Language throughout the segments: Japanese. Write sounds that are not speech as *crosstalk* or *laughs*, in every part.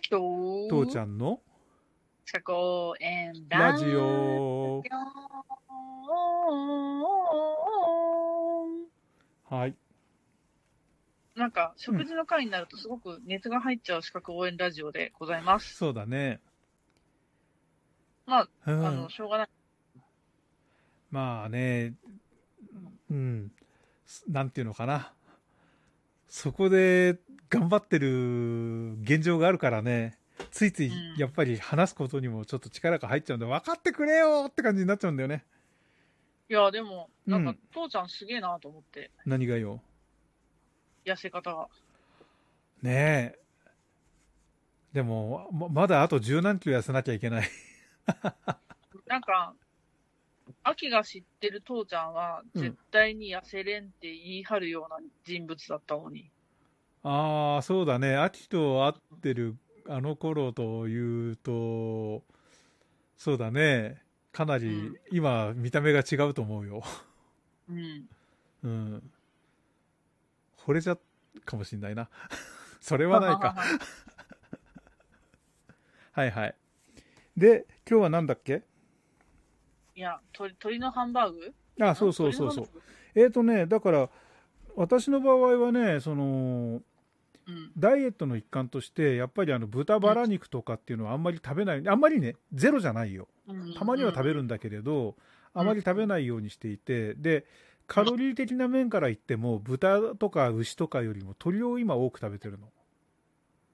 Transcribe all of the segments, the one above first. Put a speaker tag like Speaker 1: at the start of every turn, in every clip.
Speaker 1: きと、
Speaker 2: 父ちゃんの
Speaker 1: さこえん
Speaker 2: ラジ。オ。はい。
Speaker 1: なんか、食事の会になるとすごく熱が入っちゃう資格応援ラジオでございます。
Speaker 2: そうだね。
Speaker 1: まあ、
Speaker 2: う
Speaker 1: あ
Speaker 2: ん
Speaker 1: の、、しょうがない。
Speaker 2: まあね、うん、すなんていうのかな。そこで頑張ってる現状があるからね、ついつい
Speaker 1: うん
Speaker 2: やっぱり話すことにもちょっと力が入っちゃうんで、分かってくれよって感じになっちゃうんだよね。
Speaker 1: いや、でも、なん
Speaker 2: う
Speaker 1: か
Speaker 2: ん、
Speaker 1: 父ちゃんすげえなと思って、
Speaker 2: 何がよ。
Speaker 1: 痩せ方が。
Speaker 2: ねえ。でも、ままだあと十何キロ痩せなきゃいけない。
Speaker 1: なんか、秋が知ってる父ちゃんは、
Speaker 2: うん
Speaker 1: 絶対に痩せれんって言い張るような人物だったのに。
Speaker 2: ああ、そうだね。秋と会ってるあの頃というと、そうだね。かな
Speaker 1: う
Speaker 2: り
Speaker 1: ん
Speaker 2: 今見た目が違うと思
Speaker 1: *laughs*
Speaker 2: うよ。
Speaker 1: うん。。
Speaker 2: うん。惚れちゃうかもしんない *laughs* な。それはないか。
Speaker 1: *laughs*
Speaker 2: はいはい。で、今日はなんだっけ
Speaker 1: いや、鳥鳥のハンバーグ
Speaker 2: あ、そうそうそうそう。。
Speaker 1: 鳥
Speaker 2: えっ、とね、だから、私の場合はね、その、
Speaker 1: のハンバーグ
Speaker 2: ダイエットの一環として、やっぱりあの豚バラ肉とかっていうのはあんまり食べない。あんまりね、ゼロじゃないよ。
Speaker 1: うん。うん
Speaker 2: たまには食べ
Speaker 1: る。
Speaker 2: るんだけれど、あまり食べないようにしていて、で、カロリー的な面から言っても、豚とか牛とかよりも鳥を今多く食べてるの。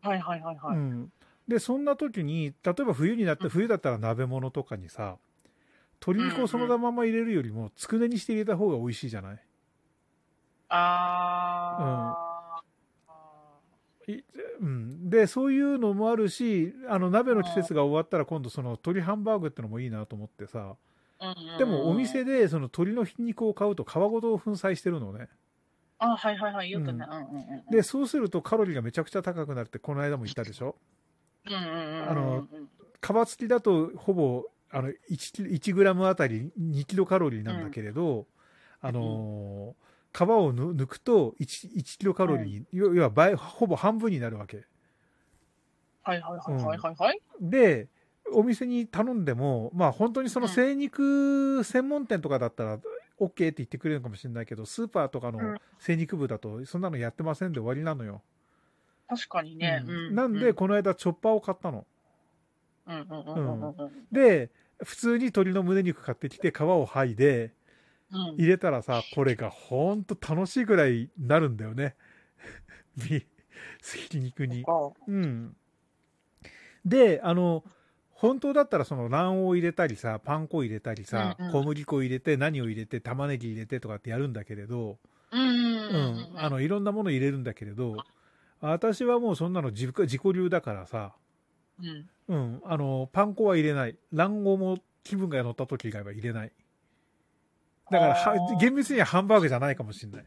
Speaker 1: はいはいはいは
Speaker 2: う
Speaker 1: い。
Speaker 2: ん。で、そんな時に、例えば冬になった、冬だったら鍋物とかにさ、鶏肉をそのまま入れるよりも、つくねにして入れた方が美味しいじゃない
Speaker 1: あー。
Speaker 2: いうん。で、そういうのもあるし、あの、鍋の季節が終わったら今度その鶏ハンバーグってのもいいなと思ってさ、
Speaker 1: うんうん
Speaker 2: でもお店でその鶏のひき肉を買うと皮ごと粉砕してるのね。
Speaker 1: あ、はいはいはい、よくね。うんうんうんうん。
Speaker 2: で、そうするとカロリーがめちゃくちゃ高くなるって、この間も言ったでしょ
Speaker 1: うんうんうんうん。
Speaker 2: あの、皮付きだとほぼ、あの、1キロ、1グラムあたり2キロカロリーなんだけれど、あのー皮をぬ抜くと 1, 1キロカロリー、要要は倍、ほぼ半分になるわけ。
Speaker 1: はいはいはいはいはいはい。
Speaker 2: で、お店に頼んでも、まあ本当にその精肉専門店とかだったら、OK って言ってくれるのかもしれないけど、スーパーとかの
Speaker 1: うん
Speaker 2: 精肉部だと、そんなのやってませんで終わりなのよ。
Speaker 1: 確かにね。
Speaker 2: う
Speaker 1: うんん
Speaker 2: なんで、、この間チョッパーを買ったの。
Speaker 1: うんうんうんうんうんうん。
Speaker 2: で、普通に鶏の胸肉買ってきて皮を剥いで
Speaker 1: うん
Speaker 2: 入れたらさ、これがほんと楽しいぐらいなるんだよね。 *laughs* みひき肉に。
Speaker 1: そっか
Speaker 2: うん。で、あの、本当だったらその卵黄入れたりさ、パン粉入れたりさ
Speaker 1: うんう、ん
Speaker 2: 小麦粉入れて何を入れて玉ねぎ入れてとかってやるんだけれど、
Speaker 1: うんうん
Speaker 2: う
Speaker 1: うんん。
Speaker 2: あの、いろんなもの入れるんだけれど、私はもうそんなの自己自己流だからさ、
Speaker 1: うん。
Speaker 2: うん、あの、パン粉は入れない。卵黄も気分が乗った時以外は入れない。だから、
Speaker 1: あー
Speaker 2: は厳密にはハンバーグじゃないかもしれない。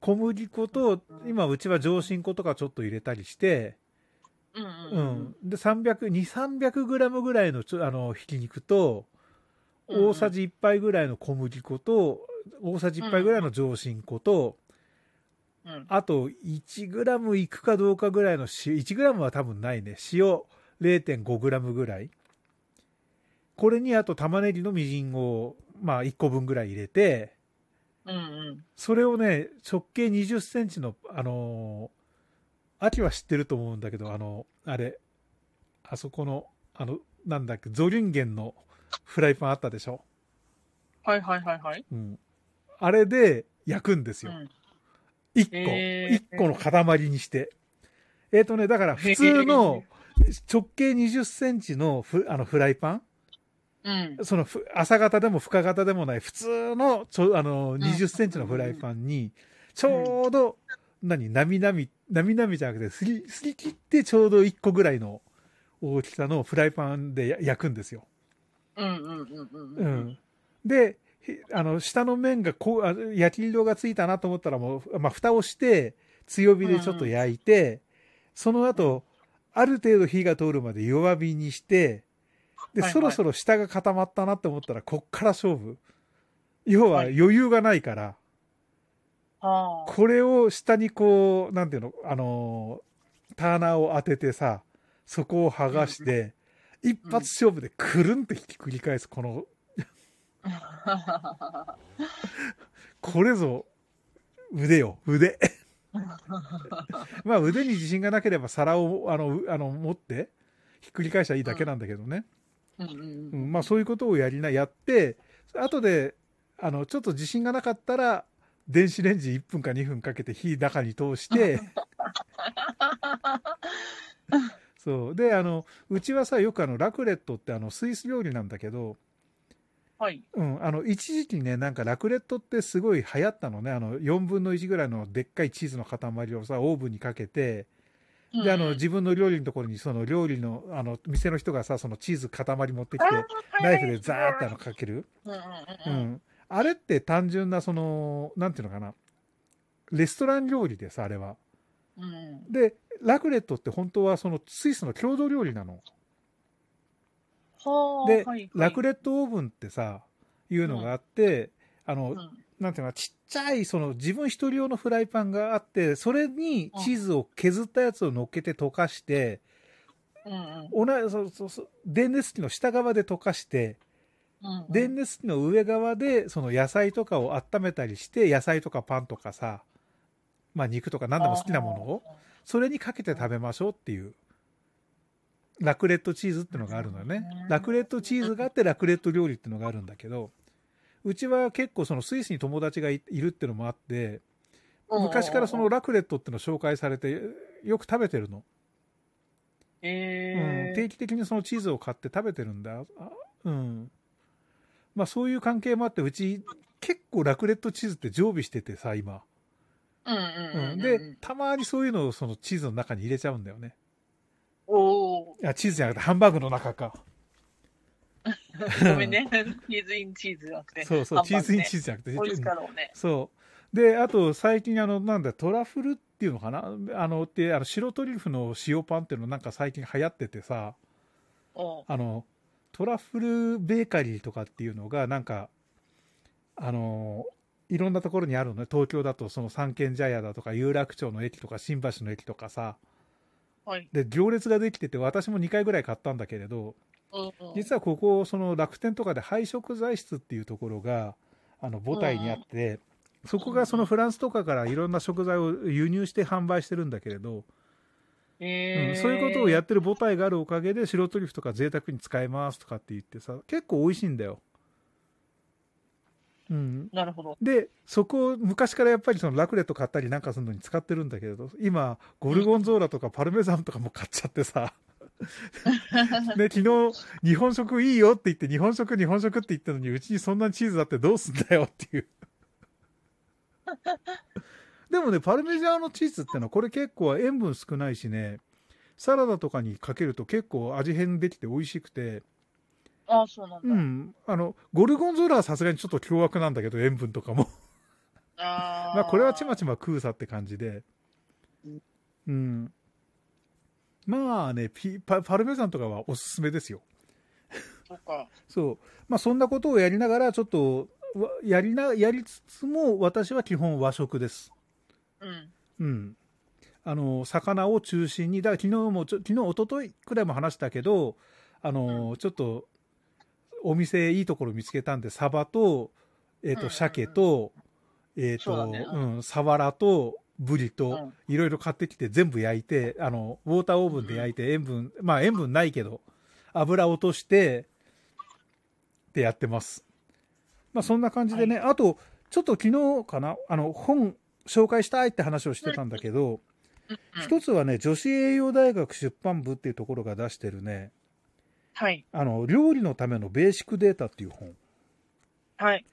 Speaker 2: 小麦粉と、今うちは上新粉とかちょっと入れたりして、
Speaker 1: うん
Speaker 2: う
Speaker 1: うんうん
Speaker 2: ん。で、300、2、300グラムぐらいのちょ、あの、ひき肉と、
Speaker 1: うんうん
Speaker 2: 大さじ1杯ぐらいの小麦粉と、大さじ1杯ぐらいの上新粉と、
Speaker 1: うん。
Speaker 2: あと1グラムいくかどうかぐらいの塩、1グラムは多分ないね。塩0.5グラムぐらい。これにあと玉ねぎのみじんを、まあ1個分ぐらい入れて、
Speaker 1: うんうん。
Speaker 2: それをね、直径20センチの、あのー秋は知ってると思うんだけど、あの、あれ、あそこの、あの、なんだっけ、ゾリンゲンのフライパンあったでしょ。
Speaker 1: はいはいはいはい。
Speaker 2: うん。あれで焼くんです
Speaker 1: う
Speaker 2: よ。
Speaker 1: ん
Speaker 2: 一個、
Speaker 1: へー
Speaker 2: 一個の塊にして。えっ、とね、だから普通の直径20センチのフあのフライパン、
Speaker 1: うん。
Speaker 2: そのふ朝型でも深型でもない普通のちょあの
Speaker 1: ん
Speaker 2: 20センチのフライパンに、ちょうど、何、なみなみ、なみなみじゃなくて、すり、すり切ってちょうど一個ぐらいの大きさのフライパンでや焼くんですよ。
Speaker 1: うんうんうんうん
Speaker 2: う
Speaker 1: うん。
Speaker 2: ん。で、ひあの、下の面がこう、あ焼き色がついたなと思ったらもう、まあ、蓋をして、強火でちょっと焼いて、その後、ある程度火が通るまで弱火にして、
Speaker 1: はい
Speaker 2: で、
Speaker 1: はい
Speaker 2: そろそろ下が固まったなと思ったら、こっから勝負。要
Speaker 1: は
Speaker 2: は
Speaker 1: い
Speaker 2: 余裕がないから、
Speaker 1: はあ。
Speaker 2: これを下にこう、なんていうの、あのーターナーを当ててさ、そこを剥がして、一発勝負でくるんってひっくり返す、この、これぞ、腕よ、腕。まあ腕に自信がなければ皿を、あの、うあの、持って、ひっくり返したらいいだけなんだけどね。
Speaker 1: うんうん
Speaker 2: う
Speaker 1: うん
Speaker 2: ん、まあそういうことをやりな、やって、後で、あの、ちょっと自信がなかったら、電子レンジ1分か2分かけて火中に通して、そう。で、あの、うちはさ、よくあの、ラクレットってあの、スイス料理なんだけど、
Speaker 1: はい。
Speaker 2: うん、あの、一時期ね、なんかラクレットってすごい流行ったのね。あの、4分の1ぐらいのでっかいチーズの塊をさ、オーブンにかけて、で、あの、自分の料理のところに、その料理の、あの、店の人がさ、そのチーズ塊持ってきて、 *laughs* ナイフでザーってあの、かける。
Speaker 1: うんうん
Speaker 2: う
Speaker 1: うんうん。
Speaker 2: ん。あれって単純な、その、なんていうのかな。レストラン料理です、あれは。
Speaker 1: うん
Speaker 2: で、ラクレットって本当はそのスイスの郷土料理なの。
Speaker 1: はあ
Speaker 2: で
Speaker 1: はい
Speaker 2: ラク
Speaker 1: レ
Speaker 2: レットオーブンってさ、いうのがあって、あの、なんていうのかなちっちゃい、その自分一人用のフライパンがあって、それにチーズを削ったやつを乗っけて溶かして、同じ、そうそうそう、電熱器の下側で溶かして、電熱器の上側で、その野菜とかを温めたりして、野菜とかパンとかさ、まあ肉とか何でも好きなものを、それにかけて食べましょうっていう、ラクレットチーズってのがあるのよね
Speaker 1: うん。
Speaker 2: ラクレットチーズがあって、ラクレット料理ってのがあるんだけど、うちは結構そのスイスに友達がいいるってのもあって、
Speaker 1: を
Speaker 2: 昔からその、ラクレットってのを紹介されて、よく食べてるの。う
Speaker 1: え
Speaker 2: ん、
Speaker 1: ー
Speaker 2: 定期的にそのチーズを買って食べてるんだ。あうん。まあそういう関係もあって、うち結構ラクレットチーズって常備しててさ、今。
Speaker 1: うんうん
Speaker 2: う
Speaker 1: うん
Speaker 2: ん。
Speaker 1: う
Speaker 2: で
Speaker 1: ん、
Speaker 2: たまにそういうのをそのチーズの中に入れちゃうんだよね。
Speaker 1: お
Speaker 2: あ、チーズじゃなくてハンバーグの中か。
Speaker 1: ーご *laughs* めんね。チーズインチーズじゃなくて。
Speaker 2: そうそう、チーズインチーズじゃなくて。
Speaker 1: 美味し
Speaker 2: うん
Speaker 1: かろうね。
Speaker 2: そう。で、あと最近あの、なんだ、トラフルっていうのかなあの、って、あの、白トリュフの塩パンっていうのなんか最近流行っててさ、
Speaker 1: おう
Speaker 2: あの、トラフルベーカリーとかっていうのが、なんか、あの、いろんなところにあるのね。東京だと、その三軒茶屋だとか、有楽町の駅とか、新橋の駅とかさ。
Speaker 1: はい。
Speaker 2: で、行列ができてて、私も2回ぐらい買ったんだけれど、実はここ、その楽天とかで配食材室っていうところが、あの、母体にあって、そこがそのフランスとかからいろんな食材を輸入して販売してるんだけれど、うんそういうことをやっててる母体があるおかげで白トリュフとか贅沢に使えますとかって言ってさ結構美味しいんだよ、うん、
Speaker 1: なるほど。
Speaker 2: でそこを昔からやっぱりそのラクレット買ったりなんかするのに使ってるんだけれど今ゴルゴンゾーラとかパルメザンとかも買っちゃってさで昨日日本食いいよって言って日本食日本食って言ったのにうちにそんなチーズだってどうすんだよっていうでもねパルメザンのチーズってのはこれ結構塩分少ないしねサラダとかにかけると結構味変できて美味しくて、
Speaker 1: ああ、そうなんだ。
Speaker 2: うん。あの、ゴルゴンゾーラはさすがにちょっと凶悪なんだけど、塩分とかも。
Speaker 1: あー
Speaker 2: まあこれはちまちま食うさって感じで。うん。まあね、ピパパルメザンとかはおすすめですよ。
Speaker 1: そうか。
Speaker 2: そう。まあそんなことをやりながら、ちょっと、わやりな、やりつつも、私は基本和食です。
Speaker 1: うん。
Speaker 2: うん。あの、魚を中心に、だから昨日もちょ、昨日、一昨日くらいも話したけど、あの、ちょっと、お店いいところ見つけたんで、サバと、えっ、
Speaker 1: うんうんう
Speaker 2: と、
Speaker 1: ん
Speaker 2: 鮭と、えっ、
Speaker 1: そうだ
Speaker 2: と、
Speaker 1: ね
Speaker 2: うん、サワラと、ブリ
Speaker 1: う
Speaker 2: と、
Speaker 1: ん
Speaker 2: いろいろ買ってきて、全部焼いて、あの、ウォーターオーブンで焼いて、塩分、まあ塩分ないけど、油落として、ってやってます。まあそんな感じでね、あと、ちょっと昨日かな、あの、本紹介したいって話をしてたんだけど、
Speaker 1: うん
Speaker 2: 一つはね、女子栄養大学出版部っていうところが出してるね、
Speaker 1: はい。
Speaker 2: あの、料理のためのベーシックデータっていう本。
Speaker 1: はい。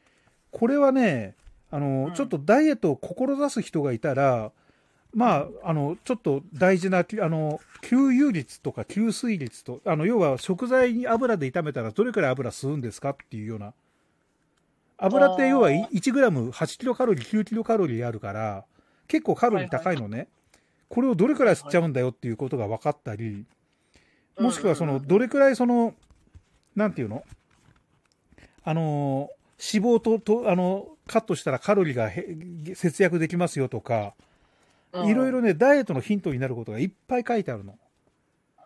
Speaker 2: これはね、あの、
Speaker 1: うん
Speaker 2: ちょっとダイエットを志す人がいたら、まあ、あの、ちょっと大事な、きあの、吸油率とか吸水率と、あの、要は食材に油で炒めたらどれくらい油吸うんですかっていうような。油っ
Speaker 1: あ
Speaker 2: て
Speaker 1: ー
Speaker 2: 要は1グラム8キロカロリー、9キロカロリーあるから、結構カロリー高いのね。これをどれくらい吸っちゃうんだよっていうことが分かったり、もしくはそ
Speaker 1: うん
Speaker 2: の、
Speaker 1: うんうん
Speaker 2: どれくらいその、なんていうのあのー、脂肪と、と、あの、カットしたらカロリーがへ節約できますよとか、いろい。ろね、ダイエットのヒントになることがいっぱい書いてあるの。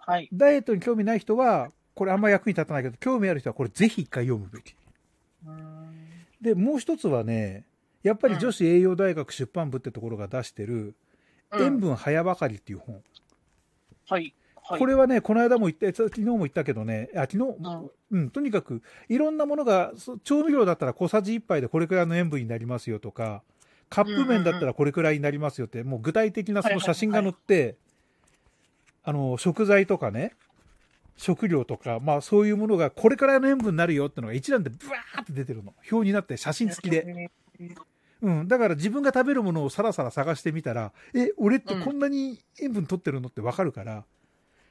Speaker 1: はい。
Speaker 2: ダイエットに興味ない人は、これあんま役に立たないけど、興味ある人はこれぜひ一回読むべき。
Speaker 1: うーん
Speaker 2: で、もう一つはね、やっぱり女子栄養大学出版部ってところが出してる、
Speaker 1: うん
Speaker 2: 塩分早ばかりっていう本。
Speaker 1: はい。はい。
Speaker 2: これはね、この間も言って、昨日も言ったけどね、あ、昨日、
Speaker 1: ん
Speaker 2: うん、とにかく、いろんなものが、そ調味料だったら小さじ1杯でこれくらいの塩分になりますよとか、カップ麺だったらこれくらいになりますよって、もう具体的なその写真が載って、あの、食材とかね、食料とか、まあそういうものがこれくらいの塩分になるよってのが一覧でブワーって出てるの。表になって写真付きで。
Speaker 1: で。
Speaker 2: うん。だから自分が食べるものをさらさら探してみたら、え、俺ってこんなに塩分取ってるのってわかるから、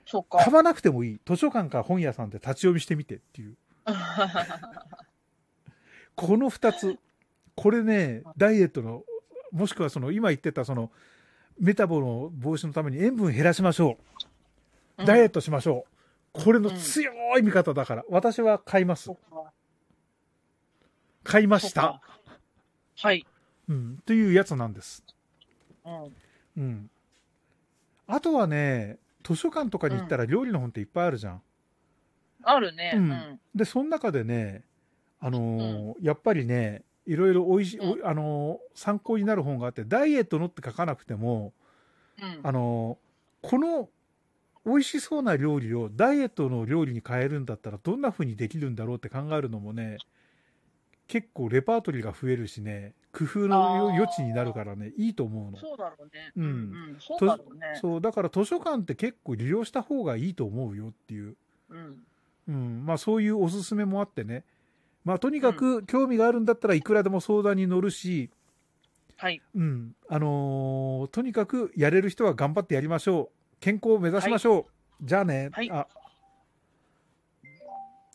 Speaker 1: そう
Speaker 2: 買
Speaker 1: か。
Speaker 2: わなくてもいい。図書館か本屋さんで立ち読みしてみてっていう。この二つ。これね、ダイエットの、もしくはその、今言ってたその、メタボの防止のために塩分減らしましょう。ダイエットしましょう。これの強い味方だから。私は買います
Speaker 1: そう。か
Speaker 2: 買いま
Speaker 1: そう
Speaker 2: し
Speaker 1: か
Speaker 2: た。
Speaker 1: はい。
Speaker 2: うん。というやつなんです。
Speaker 1: うん。
Speaker 2: うん。あとはね、図書館とかに行ったら料理の本っていっぱいあるじゃん。
Speaker 1: あるね。
Speaker 2: う
Speaker 1: うんん。
Speaker 2: で、その中でね、あのーやっぱりね、いろいろおいしい、おいあのー参考になる本があって、ダイエットのって書かなくても、
Speaker 1: うん。
Speaker 2: あのーこの美味しそうな料理をダイエットの料理に変えるんだったら、どんな風にできるんだろうって考えるのもね、結構レパートリーが増えるしね、工夫の
Speaker 1: あー
Speaker 2: 余地になるからね、いいと思うの。
Speaker 1: そうだろうね。
Speaker 2: うん
Speaker 1: うん。そうだろうね。
Speaker 2: そう、だから図書館って結構利用した方がいいと思うよっていう。
Speaker 1: うん。
Speaker 2: うん、まあそういうおすすめもあってね。まあとにかく興味があるんだったらいくらでも相談に乗るし、
Speaker 1: はい。
Speaker 2: うん、あのーとにかくやれる人は頑張ってやりましょう。健康を目指しましょう。じゃあね。
Speaker 1: はい
Speaker 2: あ、